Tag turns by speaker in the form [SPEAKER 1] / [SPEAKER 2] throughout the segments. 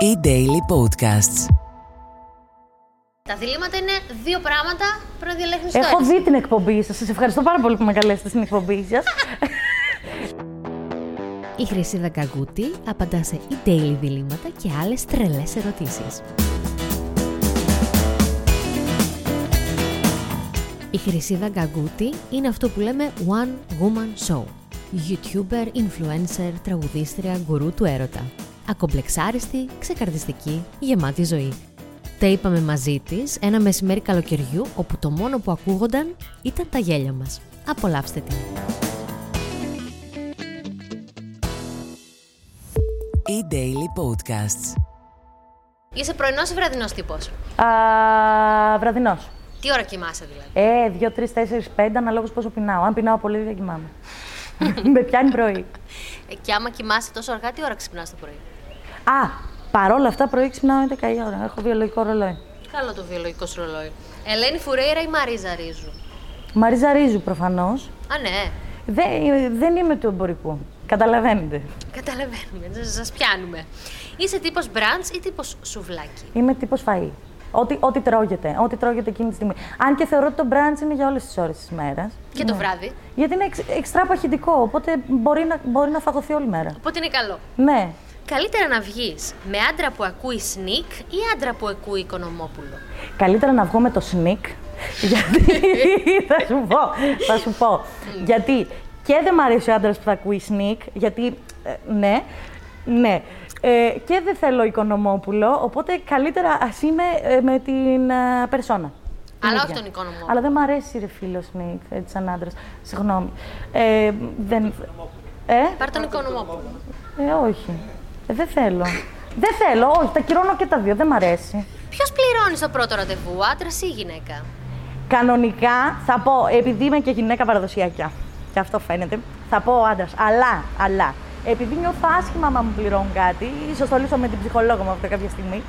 [SPEAKER 1] E-Daily Podcasts.
[SPEAKER 2] Τα διλήμματα είναι δύο πράγματα προδιαλέγνει
[SPEAKER 3] Έχω δει την εκπομπή σας. Σας ευχαριστώ πάρα πολύ που με καλέσατε στην εκπομπή σας.
[SPEAKER 2] Η Χρυσή Δαγκαγούτη απαντά σε e-daily διλήμματα και άλλες τρελές ερωτήσεις. Η Χρυσή Δαγκαγούτη είναι αυτό που λέμε One Woman Show. YouTuber, influencer, τραγουδίστρια, γκουρού του έρωτα. Ακομπλεξάριστη, ξεκαρδιστική, γεμάτη ζωή. Τα είπαμε μαζί της ένα μεσημέρι καλοκαιριού όπου το μόνο που ακούγονταν ήταν τα γέλια μας. Απολαύστε τη.
[SPEAKER 1] E-Daily Podcasts.
[SPEAKER 2] Είσαι πρωινός ή βραδινός τύπος.
[SPEAKER 3] Βραδινός.
[SPEAKER 2] Τι ώρα κοιμάσαι δηλαδή.
[SPEAKER 3] Ε, 2, 3, 4, 5 αναλόγως πόσο πεινάω. Αν πεινάω πολύ, δεν κοιμάμαι. με πιάνει πρωί.
[SPEAKER 2] Ε, και άμα κοιμάσαι τόσο αργά, τι ώρα ξυπνάς το πρωί.
[SPEAKER 3] Α, παρόλα αυτά πρωί ξυπνάω 11 η ώρα. Έχω βιολογικό ρολόι.
[SPEAKER 2] Καλό το βιολογικό σου ρολόι. Ελένη Φουρέιρα ή Μαρίζα Ρίζου.
[SPEAKER 3] Μαρίζα Ρίζου προφανώς.
[SPEAKER 2] Α, ναι.
[SPEAKER 3] δεν είμαι του εμπορικού. Καταλαβαίνετε.
[SPEAKER 2] Καταλαβαίνουμε. Σας πιάνουμε. Είσαι τύπος μπραντ ή τύπος σουβλάκι.
[SPEAKER 3] Είμαι τύπος φαΐ. Ό,τι, ό,τι τρώγεται, ό,τι τρώγεται εκείνη τη στιγμή. Αν και θεωρώ ότι το brunch είναι για όλες τις ώρες της μέρας.
[SPEAKER 2] Και το βράδυ.
[SPEAKER 3] Γιατί είναι εξ, εξτρά παχυντικό, οπότε μπορεί να, μπορεί να φαγωθεί όλη μέρα.
[SPEAKER 2] Οπότε είναι καλό.
[SPEAKER 3] Ναι.
[SPEAKER 2] Καλύτερα να βγεις με άντρα που ακούει σνικ ή άντρα που ακούει οικονομόπουλο.
[SPEAKER 3] Καλύτερα να βγω με το sneak. Γιατί. θα σου πω. Θα σου πω. γιατί και δεν μ' αρέσει ο άντρας που θα ακούει sneak, γιατί. ε, ναι. Ναι. Ε, και δεν θέλω οικονομόπουλο, οπότε καλύτερα ας είμαι ε, με την ε, περσόνα. Την
[SPEAKER 2] Αλλά όχι
[SPEAKER 3] ίδια.
[SPEAKER 2] τον οικονομόπουλο.
[SPEAKER 3] Αλλά δεν μ' αρέσει ρε φίλο sneak, έτσι σαν άντρας. Συγγνώμη. Ε, δεν. Ε,
[SPEAKER 2] Πάρ τον οικονομόπουλο.
[SPEAKER 3] ε, όχι. Ε, δεν θέλω. δεν θέλω, όχι. Τα κυρώνω και τα δύο. Δεν μ' αρέσει.
[SPEAKER 2] Ποιος πληρώνει το πρώτο ραντεβού, άντρα ή γυναίκα.
[SPEAKER 3] Κανονικά θα πω, επειδή είμαι και γυναίκα παραδοσιακά, και αυτό φαίνεται, θα πω άντρας. Αλλά, αλλά, επειδή νιώθω άσχημα άμα μου πληρώνουν κάτι, ίσως το λύσω με την ψυχολόγο μου αυτό κάποια στιγμή,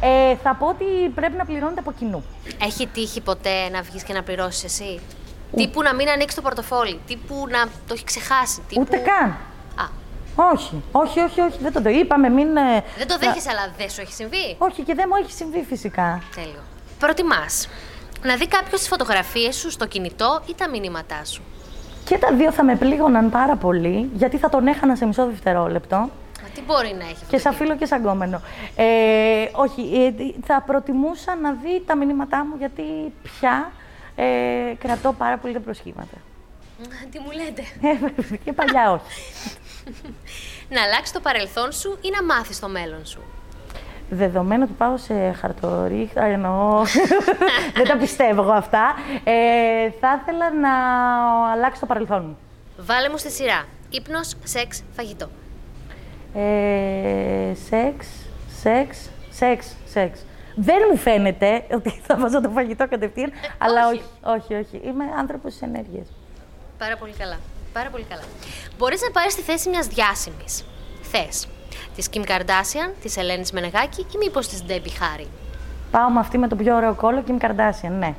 [SPEAKER 3] ε, θα πω ότι πρέπει να πληρώνεται από κοινού.
[SPEAKER 2] Έχει τύχει ποτέ να βγεις και να πληρώσεις εσύ. Τύπου να μην ανοίξει το πορτοφόλι. Τύπου να το έχει ξεχάσει. Τύπου...
[SPEAKER 3] Ούτε καν.
[SPEAKER 2] Α,
[SPEAKER 3] Όχι, όχι, όχι, όχι, δεν το είπαμε, μην. ε,
[SPEAKER 2] δεν το
[SPEAKER 3] να-
[SPEAKER 2] δέχεσαι, αλλά δεν σου έχει συμβεί.
[SPEAKER 3] Όχι, και δεν μου έχει συμβεί φυσικά.
[SPEAKER 2] Τέλειο. Προτιμάς να δει κάποιος τις φωτογραφίες σου στο κινητό ή τα μηνύματά σου.
[SPEAKER 3] Και τα δύο θα με πλήγωναν πάρα πολύ, γιατί θα τον έχανα σε μισό δευτερόλεπτο.
[SPEAKER 2] Μα τι μπορεί να έχει.
[SPEAKER 3] Και σαν φίλο και σαν κόμενο. Ε, όχι, ε, θα προτιμούσα να δει τα μηνύματά μου γιατί πια ε, κρατώ πάρα πολύ τα προσχήματα.
[SPEAKER 2] Α, Τι μου λέτε.
[SPEAKER 3] Ε, και παλιά όχι.
[SPEAKER 2] να αλλάξει το παρελθόν σου ή να μάθεις το μέλλον σου.
[SPEAKER 3] Δεδομένου ότι πάω σε χαρτορίχτα, εννοώ, δεν τα πιστεύω εγώ αυτά, ε, θα ήθελα να αλλάξω το παρελθόν μου.
[SPEAKER 2] Βάλε μου στη σειρά. Ύπνο, σεξ, φαγητό.
[SPEAKER 3] Ε, σεξ, σεξ, σεξ, σεξ. Δεν μου φαίνεται ότι θα βάζω το φαγητό κατευθείαν, αλλά
[SPEAKER 2] όχι.
[SPEAKER 3] όχι, όχι, όχι. Είμαι άνθρωπος της ενέργειας.
[SPEAKER 2] Πάρα πολύ καλά. Πάρα πολύ καλά. Μπορείς να πάρει τη θέση μιας διάσημης. Θες της Kim Kardashian, της Ελένης Μενεγάκη ή μήπως της Ντέμπι Χάρη.
[SPEAKER 3] Πάω με αυτή με τον πιο ωραίο κόλλο, Kim Kardashian, ναι.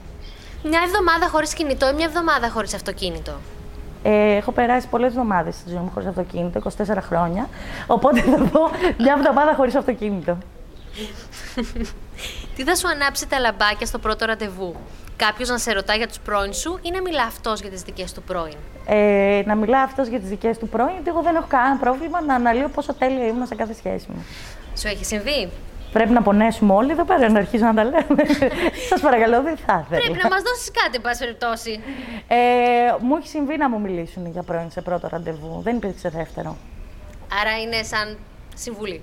[SPEAKER 2] Μια εβδομάδα χωρίς κινητό ή μια εβδομάδα χωρίς αυτοκίνητο.
[SPEAKER 3] Ε, έχω περάσει πολλές εβδομάδες στη ζωή μου χωρίς αυτοκίνητο, 24 χρόνια. Οπότε θα πω μια εβδομάδα χωρίς αυτοκίνητο.
[SPEAKER 2] Τι θα σου ανάψει τα λαμπάκια στο πρώτο ραντεβού. Κάποιος να σε ρωτά για τους πρώην σου ή να μιλά αυτός για τις δικές του πρώην.
[SPEAKER 3] Ε, να μιλά αυτός για τις δικές του πρώην, γιατί εγώ δεν έχω κανένα πρόβλημα να αναλύω πόσο τέλεια ήμουν σε κάθε σχέση μου.
[SPEAKER 2] Σου έχει συμβεί. Πρέπει,
[SPEAKER 3] Πρέπει να πονέσουμε όλοι εδώ πέρα, να αρχίσω να τα λέμε. Σας παρακαλώ, δεν θα ήθελα.
[SPEAKER 2] να μας δώσεις κάτι, εν πάση περιπτώσει.
[SPEAKER 3] Ε, μου έχει συμβεί να μου μιλήσουν για πρώην σε πρώτο ραντεβού. Δεν υπήρξε δεύτερο.
[SPEAKER 2] Άρα είναι σαν συμβουλή.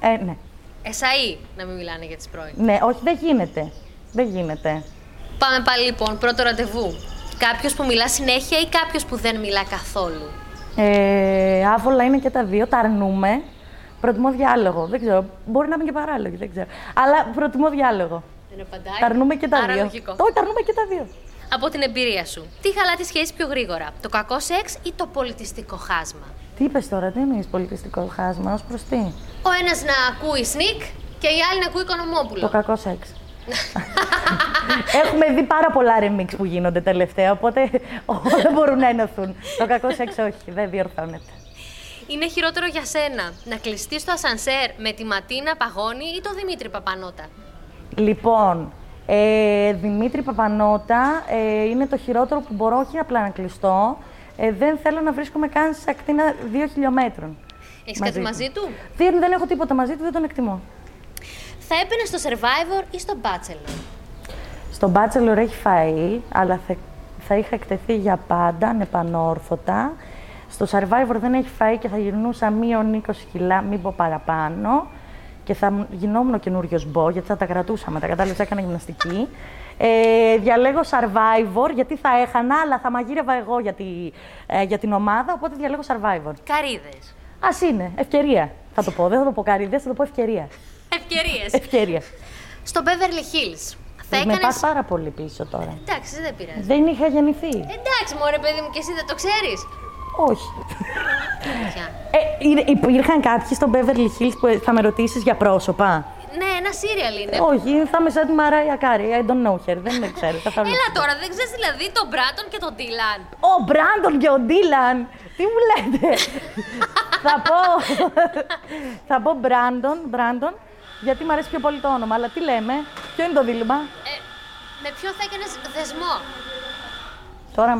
[SPEAKER 3] Ε, ναι.
[SPEAKER 2] Εσαΐ να μην μιλάνε για τις πρώην.
[SPEAKER 3] ναι, όχι, δεν γίνεται. Δεν γίνεται.
[SPEAKER 2] Πάμε πάλι λοιπόν, πρώτο ραντεβού. Κάποιος που μιλά συνέχεια ή κάποιος που δεν μιλά καθόλου.
[SPEAKER 3] Ε, άβολα είναι και τα δύο, τα αρνούμε. Προτιμώ διάλογο. Δεν ξέρω. Μπορεί να είμαι και παράλογη, δεν ξέρω. Αλλά προτιμώ διάλογο.
[SPEAKER 2] Δεν απαντάει.
[SPEAKER 3] Τα αρνούμε και τα
[SPEAKER 2] Άρα
[SPEAKER 3] δύο.
[SPEAKER 2] λογικό.
[SPEAKER 3] Όχι, τα αρνούμε και τα δύο.
[SPEAKER 2] Από την εμπειρία σου. Τι χαλά τη σχέση πιο γρήγορα, το κακό σεξ ή το πολιτιστικό χάσμα.
[SPEAKER 3] Τι είπες τώρα, τι εννοείς πολιτιστικό χάσμα, ως προς τι.
[SPEAKER 2] Ο ένας να ακούει σνικ και η άλλη να ακούει οικονομόπουλο.
[SPEAKER 3] Το κακό σεξ. Έχουμε δει πάρα πολλά remix που γίνονται τελευταία, οπότε όλα μπορούν να ενωθούν. Το κακό σεξ όχι, δεν διορθώνεται.
[SPEAKER 2] Είναι χειρότερο για σένα να κλειστεί στο ασανσέρ με τη Ματίνα Παγώνη ή τον Δημήτρη Παπανότα.
[SPEAKER 3] Λοιπόν, ε, Δημήτρη Παπανότα ε, είναι το χειρότερο που μπορώ όχι απλά να κλειστώ. Ε, δεν θέλω να βρίσκομαι καν σε ακτίνα δύο χιλιόμετρων.
[SPEAKER 2] Έχεις κάτι μαζί του?
[SPEAKER 3] Δεν, δεν έχω τίποτα μαζί του, δεν τον εκτιμώ.
[SPEAKER 2] Θα έμπαινε στο Survivor ή στο Bachelor.
[SPEAKER 3] Στον Bachelor έχει φαΐ, αλλά θα, θα είχα εκτεθεί για πάντα, ανεπανόρθωτα. Στο Survivor δεν έχει φαΐ και θα γυρνούσα μείον 20 κιλά, μην πω παραπάνω. Και θα μ- γινόμουν ο καινούριος μπό, γιατί θα τα κρατούσα μετά. Κατάλαβε, έκανα γυμναστική. Ε, διαλέγω Survivor, γιατί θα έχανα, αλλά θα μαγείρευα εγώ για, τη, ε, για την ομάδα, οπότε διαλέγω Survivor.
[SPEAKER 2] Καρίδες.
[SPEAKER 3] Ας είναι, ευκαιρία. Θα το πω, δεν θα το πω καρυδές, θα το πω ευκαιρία.
[SPEAKER 2] Ευκαιρίες.
[SPEAKER 3] Ευκαιρία.
[SPEAKER 2] στο Beverly Hills. Θα
[SPEAKER 3] Ε. Με
[SPEAKER 2] έκανε.
[SPEAKER 3] πας πάρα πολύ πίσω τώρα.
[SPEAKER 2] Εντάξει, δεν πειράζει.
[SPEAKER 3] Δεν είχα γεννηθεί.
[SPEAKER 2] Εντάξει, μωρέ παιδί μου, και εσύ δεν το ξέρεις.
[SPEAKER 3] Όχι. Ε, είναι- υπήρχαν κάποιοι στο Beverly Hills που θα με ρωτήσεις για πρόσωπα.
[SPEAKER 2] Ναι, ένα σύριαλ είναι.
[SPEAKER 3] Όχι, θα είμαι σαν τη Μαράια Κάρι. I don't know her. Δεν με ξέρω. θα τα βλέπω.
[SPEAKER 2] Έλα τώρα, δεν ξέρεις δηλαδή τον Μπράτον και τον Τίλαν.
[SPEAKER 3] Ο Μπράντον και ο Ντίλαν. Τι μου λέτε. θα πω. θα πω Μπράντον, Μπράντον, γιατί μου αρέσει πιο πολύ το όνομα. Αλλά τι λέμε, ποιο είναι το δίλημα.
[SPEAKER 2] Ε, με ποιον θα έκανες δεσμό.
[SPEAKER 3] Τώρα,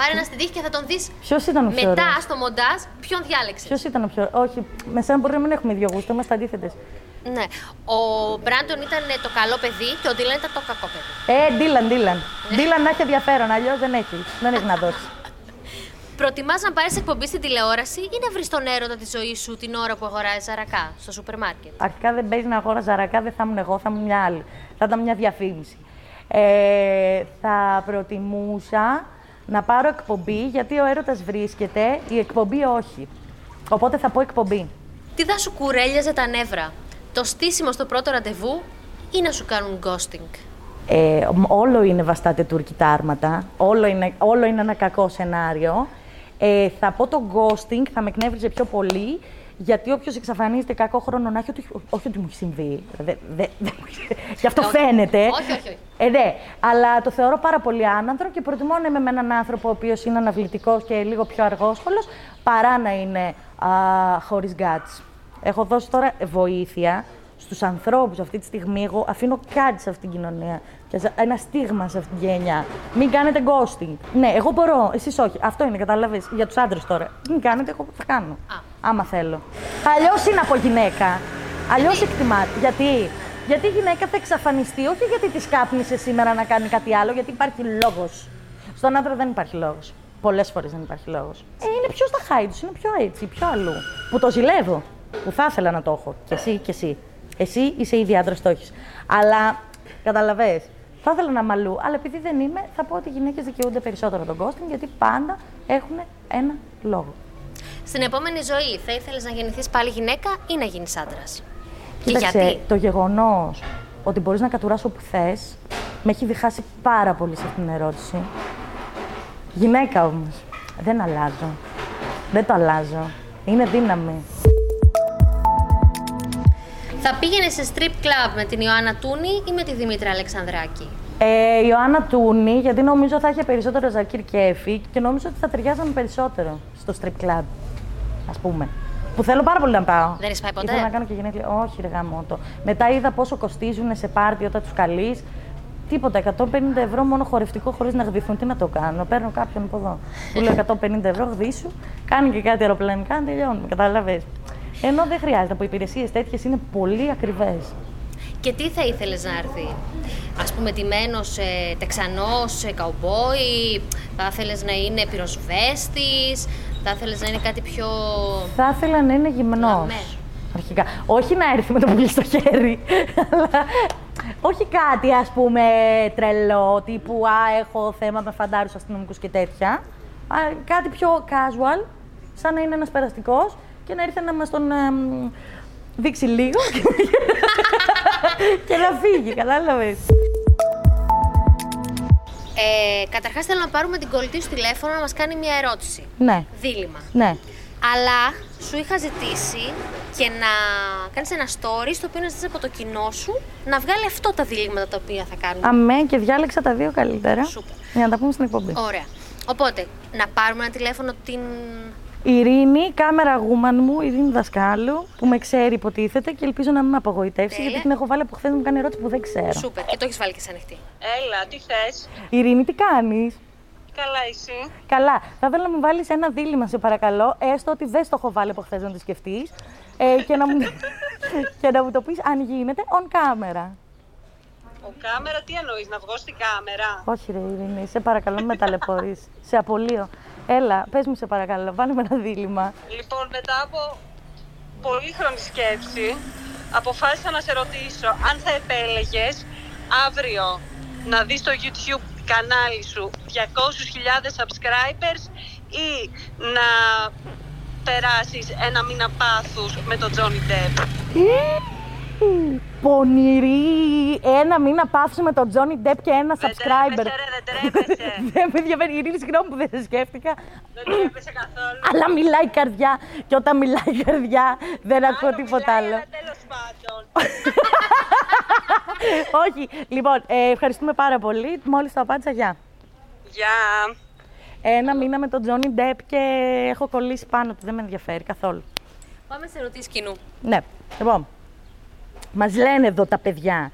[SPEAKER 2] Πάρε ένα στην τύχη και θα τον δεις
[SPEAKER 3] ποιος ήταν ο πιο ωραίο.
[SPEAKER 2] μετά στο μοντάζ ποιον διάλεξες.
[SPEAKER 3] Ποιος ήταν ο πιο. Όχι, με σένα μπορεί να μην έχουμε δύο γούστα, είμαστε αντίθετες.
[SPEAKER 2] Ναι. Ο Μπράντον ήταν ε, το καλό παιδί και ο Ντίλαν ήταν το κακό παιδί.
[SPEAKER 3] Ε, Ντίλαν, Ντίλαν.
[SPEAKER 2] Ναι.
[SPEAKER 3] Ντίλαν να έχει ενδιαφέρον, αλλιώς δεν έχει. Δεν έχει να δώσει.
[SPEAKER 2] Προτιμάς να πάρεις εκπομπή στην τηλεόραση ή να βρεις τον έρωτα της ζωής σου την ώρα που αγοράζει αρακά στο σούπερ μάρκετ.
[SPEAKER 3] Αρχικά δεν παίζει να αγόραζα αρακά, δεν θα ήμουν εγώ, θα ήμουν μια άλλη. Θα ήταν μια διαφήμιση. Ε, θα προτιμούσα να πάρω εκπομπή, γιατί ο έρωτας βρίσκεται, η εκπομπή όχι. Οπότε θα πω εκπομπή.
[SPEAKER 2] Τι θα σου κουρέλιαζε τα νεύρα, το στήσιμο στο πρώτο ραντεβού ή να σου κάνουν ghosting.
[SPEAKER 3] Ε, όλο είναι βαστάτε τουρκικά άρματα, όλο είναι, όλο είναι ένα κακό σενάριο. Ε, θα πω το ghosting, θα με εκνεύριζε πιο πολύ, γιατί όποιος εξαφανίζεται κακό χρόνο να έχει, ότι- όχι ότι μου έχει συμβεί. Δε, δε, δε- γι' αυτό
[SPEAKER 2] Όχι.
[SPEAKER 3] φαίνεται.
[SPEAKER 2] Όχι, όχι, όχι.
[SPEAKER 3] Ε, ναι, αλλά το θεωρώ πάρα πολύ άνανθρο και προτιμώ να είμαι με έναν άνθρωπο ο οποίος είναι αναβλητικός και λίγο πιο αργόσχολος, παρά να είναι χωρί γκάτς. Έχω δώσει τώρα βοήθεια στους ανθρώπους αυτή τη στιγμή. Εγώ αφήνω κάτι σε αυτήν την κοινωνία. Και σε- ένα στίγμα σε αυτήν την γενιά. Μην κάνετε ghosting. Ναι, εγώ μπορώ, εσείς όχι. Αυτό είναι, καταλαβαίνει. Για τους άντρες τώρα. Μην κάνετε, εγώ θα κάνω.
[SPEAKER 2] Α.
[SPEAKER 3] Άμα θέλω. Αλλιώς είναι από γυναίκα. Αλλιώς εκτιμάται. Γιατί? Γιατί η γυναίκα θα εξαφανιστεί, όχι γιατί της κάπνισες σήμερα να κάνει κάτι άλλο, γιατί υπάρχει λόγος. Στον άντρα δεν υπάρχει λόγος. Πολλές φορές δεν υπάρχει λόγος. Ε, είναι πιο στα χάη τους, είναι πιο έτσι, πιο αλλού. Που το ζηλεύω. Που θα ήθελα να το έχω. Και εσύ και εσύ. Εσύ είσαι ήδη άντρας, το έχεις. Αλλά καταλαβέ. Θα ήθελα να είμαι αλλού, αλλά επειδή δεν είμαι, θα πω ότι οι γυναίκες δικαιούνται περισσότερο τον ghosting, γιατί πάντα έχουν ένα λόγο.
[SPEAKER 2] Στην επόμενη ζωή θα ήθελες να γεννηθείς πάλι γυναίκα ή να γίνεις άντρας. Και
[SPEAKER 3] Κοίταξε,
[SPEAKER 2] γιατί.
[SPEAKER 3] το γεγονός ότι μπορείς να κατουράς όπου θες, με έχει διχάσει πάρα πολύ σε αυτήν την ερώτηση. Γυναίκα όμως. Δεν αλλάζω. Δεν το αλλάζω. Είναι δύναμη.
[SPEAKER 2] Θα πήγαινε σε strip club με την Ιωάννα Τούνη ή με τη Δημήτρη Αλεξανδράκη.
[SPEAKER 3] Ε, η Ιωάννα Τούνη, γιατί νομίζω θα είχε περισσότερο Ζακύρ Κέφι και νομίζω ότι θα ταιριάζαμε περισσότερο στο strip club, ας πούμε. Που θέλω πάρα πολύ να πάω.
[SPEAKER 2] Δεν έχεις πάει ποτέ?
[SPEAKER 3] Ήθελα να κάνω και γενέθλια. Όχι, ρε γαμότο. Μετά είδα πόσο κοστίζουν σε πάρτι όταν τους καλείς. Τίποτα, 150 ευρώ μόνο χορευτικό χωρίς να γδυθούν. Τι να το κάνω. Παίρνω κάποιον από εδώ. Του λέω 150 ευρώ, γδύσου. Κάνει και κάτι αεροπλανικά, να τελειώνουμε. Καταλαβέ. Ενώ δεν χρειάζεται, που οι υπηρεσίες τέτοιες είναι πολύ ακριβές.
[SPEAKER 2] Και τι θα ήθελες να έρθει. Ας πούμε, τυμένο ε, τεξανός, ε, καουμπόι, θα ήθελε να είναι πυροσβέστης, θα ήθελε να είναι κάτι πιο.
[SPEAKER 3] Θα ήθελα να είναι γυμνός.
[SPEAKER 2] Λαμέ.
[SPEAKER 3] Αρχικά. Όχι να έρθει με το πουλί στο χέρι. αλλά όχι κάτι ας πούμε τρελό, τύπου Α, έχω θέμα με φαντάρους αστυνομικούς και τέτοια. Α, κάτι πιο casual, σαν να είναι ένας περαστικός και να έρθει να μας τον εμ, δείξει λίγο και- και να φύγει, κατάλαβες.
[SPEAKER 2] Ε, Καταρχάς, θέλω να πάρουμε την κολλητή σου τηλέφωνο να μας κάνει μια ερώτηση.
[SPEAKER 3] Ναι,
[SPEAKER 2] Δίλημα.
[SPEAKER 3] ναι.
[SPEAKER 2] Αλλά σου είχα ζητήσει και να κάνεις ένα story στο οποίο να ζητήσεις από το κοινό σου να βγάλει αυτό τα διλήμματα τα οποία θα κάνουμε.
[SPEAKER 3] Αμέ και διάλεξα τα δύο καλύτερα
[SPEAKER 2] Σούπερ.
[SPEAKER 3] για να τα πούμε στην εκπομπή.
[SPEAKER 2] Ωραία. Οπότε, να πάρουμε ένα τηλέφωνο την
[SPEAKER 3] Ειρήνη, κάμερα woman μου, Ειρήνη Δασκάλου, που με ξέρει υποτίθεται και ελπίζω να μην με απογοητεύσει,
[SPEAKER 2] Τέλεια.
[SPEAKER 3] γιατί την έχω βάλει από χθες να μου κάνει ερώτηση που δεν ξέρω.
[SPEAKER 2] Σούπερ. Και το έχεις βάλει και σαν ανοιχτή.
[SPEAKER 4] Έλα, τι θες.
[SPEAKER 3] Ειρήνη, τι κάνεις.
[SPEAKER 4] Καλά εσύ.
[SPEAKER 3] Καλά. Θα ήθελα να μου βάλεις ένα δίλημα, σε παρακαλώ, έστω ότι δεν στο έχω βάλει από χθες να το σκεφτείς. Ε, και, να μου... και να μου το πεις αν γίνεται on camera.
[SPEAKER 4] Ο κάμερα, τι εννοείς, να βγω στην κάμερα.
[SPEAKER 3] Όχι, ρε Ειρήνη, σε παρακαλώ, μην με ταλαιπωρείς. σε απολύω. Έλα, πες μου, σε παρακαλώ, βάλε με ένα δίλημα.
[SPEAKER 4] Λοιπόν, μετά από πολύχρονη σκέψη, αποφάσισα να σε ρωτήσω αν θα επέλεγες αύριο να δεις στο YouTube κανάλι σου 200.000 subscribers ή να περάσεις ένα μήνα πάθους με τον Johnny Depp.
[SPEAKER 3] Πονηρή! Ένα μήνα παύση με τον Τζόνι Ντεπ και ένα
[SPEAKER 4] Δεν
[SPEAKER 3] subscriber.
[SPEAKER 4] τρέπεσαι, ρε, δεν τρέπεσαι.
[SPEAKER 3] Δεν με ενδιαφέρει. Ειρήνη, συγγνώμη που δεν σε σκέφτηκα.
[SPEAKER 4] Δεν τρέπεσαι καθόλου.
[SPEAKER 3] Αλλά μιλάει η καρδιά. Και όταν μιλάει η καρδιά, δεν ακούω
[SPEAKER 4] Άλλο
[SPEAKER 3] τίποτα
[SPEAKER 4] μιλάει,
[SPEAKER 3] άλλο.
[SPEAKER 4] αλλά τέλος πάντων.
[SPEAKER 3] Όχι. Λοιπόν, ε, ευχαριστούμε πάρα πολύ. Μόλις το απάντησα, γεια.
[SPEAKER 4] Γεια.
[SPEAKER 3] Ένα μήνα με τον Τζόνι Ντεπ και έχω κολλήσει πάνω του. Δεν με ενδιαφέρει καθόλου.
[SPEAKER 2] Πάμε σε ερωτήσεις κοινού.
[SPEAKER 3] Ναι, λοιπόν. Μας λένε εδώ τα παιδιά.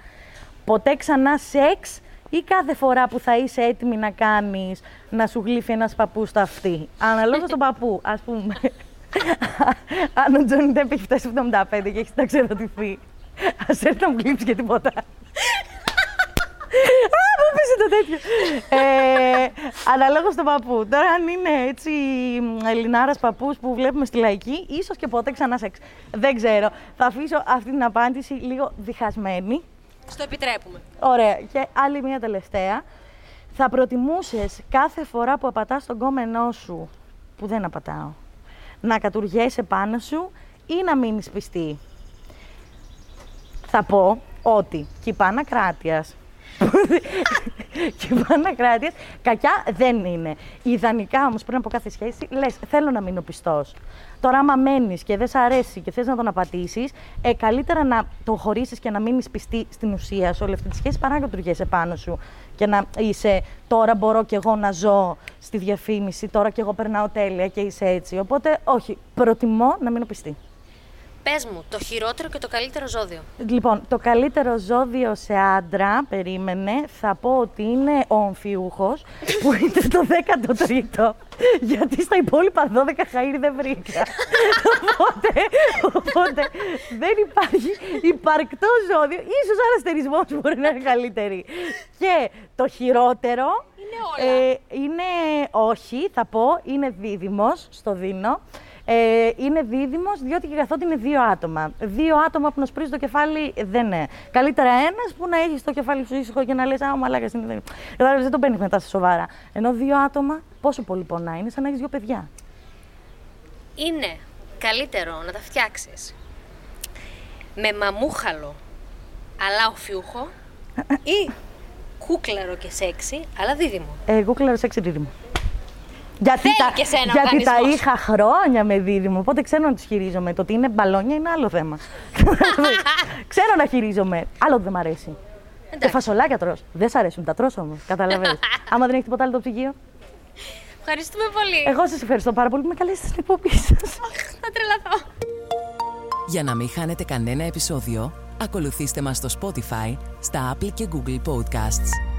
[SPEAKER 3] Ποτέ ξανά σεξ ή κάθε φορά που θα είσαι έτοιμη να κάνεις να σου γλύφει ένας παππούς στο αυτί. Αναλόγως τον παππού, ας πούμε. Αν ο Τζόνι Ντέπ έχει φτάσει 75 και έχει ταξιδοτηθεί, ας έρθει να μου γλύψει και τίποτα. Α, μου πεις το τέτοιο. ε, αναλόγως τον παππού. Τώρα αν είναι έτσι μ, ελληνάρας παππούς που βλέπουμε στη λαϊκή, ίσως και ποτέ ξανά σεξ. Δεν ξέρω. Θα αφήσω αυτή την απάντηση λίγο διχασμένη.
[SPEAKER 2] Στο επιτρέπουμε.
[SPEAKER 3] Ωραία. Και άλλη μία τελευταία. Θα προτιμούσες κάθε φορά που απατάς τον κόμενό σου, που δεν απατάω, να κατουργέσαι πάνω σου ή να μείνεις πιστή. Θα πω ότι Κυπάνα Κράτιας, Κυπάνα Κράτιας, κακιά δεν είναι. Ιδανικά όμως πριν από κάθε σχέση, λες θέλω να μείνω πιστός. Τώρα άμα μένεις και δεν σ' αρέσει και θες να τον απατήσεις, ε, καλύτερα να τον χωρίσεις και να μείνεις πιστή στην ουσία σε όλη αυτή τη σχέση παρά να κατουργέσαι πάνω σου και να είσαι τώρα μπορώ και εγώ να ζω στη διαφήμιση, τώρα και εγώ περνάω τέλεια και είσαι έτσι. Οπότε όχι, προτιμώ να μείνω πιστή.
[SPEAKER 2] Πες μου, το χειρότερο και το καλύτερο ζώδιο.
[SPEAKER 3] Λοιπόν, το καλύτερο ζώδιο σε άντρα, περίμενε, θα πω ότι είναι ο ομφιούχος, που είναι το 13ο, γιατί στα υπόλοιπα 12 χαΐρι δεν βρήκα. οπότε, οπότε, δεν υπάρχει υπαρκτό ζώδιο, ίσως άλλα αστερισμός μπορεί να είναι καλύτερη. Και το χειρότερο...
[SPEAKER 2] Είναι όλα.
[SPEAKER 3] ε, είναι, όχι, θα πω, είναι δίδυμος, στο δίνω. Ε, είναι δίδυμος, διότι και καθότι είναι δύο άτομα. Δύο άτομα που να σπρίζει το κεφάλι δεν είναι. Καλύτερα ένας που να έχει το κεφάλι σου ήσυχο και να λες «Α, ο μαλάκας είναι δίδυμος». Κατάλαβες, δεν το παίρνεις μετά σε σοβαρά. Ενώ δύο άτομα, πόσο πολύ πονά είναι, σαν να έχεις δύο παιδιά.
[SPEAKER 2] Είναι καλύτερο να τα φτιάξεις με μαμούχαλο αλλά οφιούχο ή κούκλαρο και σεξι αλλά δίδυμο.
[SPEAKER 3] Ε, Εγώ κλαίω σεξ δίδυμο. Γιατί,
[SPEAKER 2] Θέλει
[SPEAKER 3] τα,
[SPEAKER 2] και σένα ο
[SPEAKER 3] γιατί τα
[SPEAKER 2] οργανισμός.
[SPEAKER 3] είχα χρόνια με δίδυμο, οπότε ξέρω να τους χειρίζομαι. Το ότι είναι μπαλόνια είναι άλλο θέμα. ξέρω να χειρίζομαι. Άλλο που δεν μ' αρέσει. Και φασολάκια τρως. Δεν σ' αρέσουν, τα τρως όμως. Καταλαβαίνεις. Άμα δεν έχει τίποτα άλλο το ψυγείο.
[SPEAKER 2] Ευχαριστούμε πολύ.
[SPEAKER 3] Εγώ σας ευχαριστώ πάρα πολύ που με καλέσατε στην εκπομπή σας.
[SPEAKER 2] Θα τρελαθώ.
[SPEAKER 1] Για να μην χάνετε κανένα επεισόδιο, ακολουθήστε μας στο Spotify, στα Apple και Google Podcasts.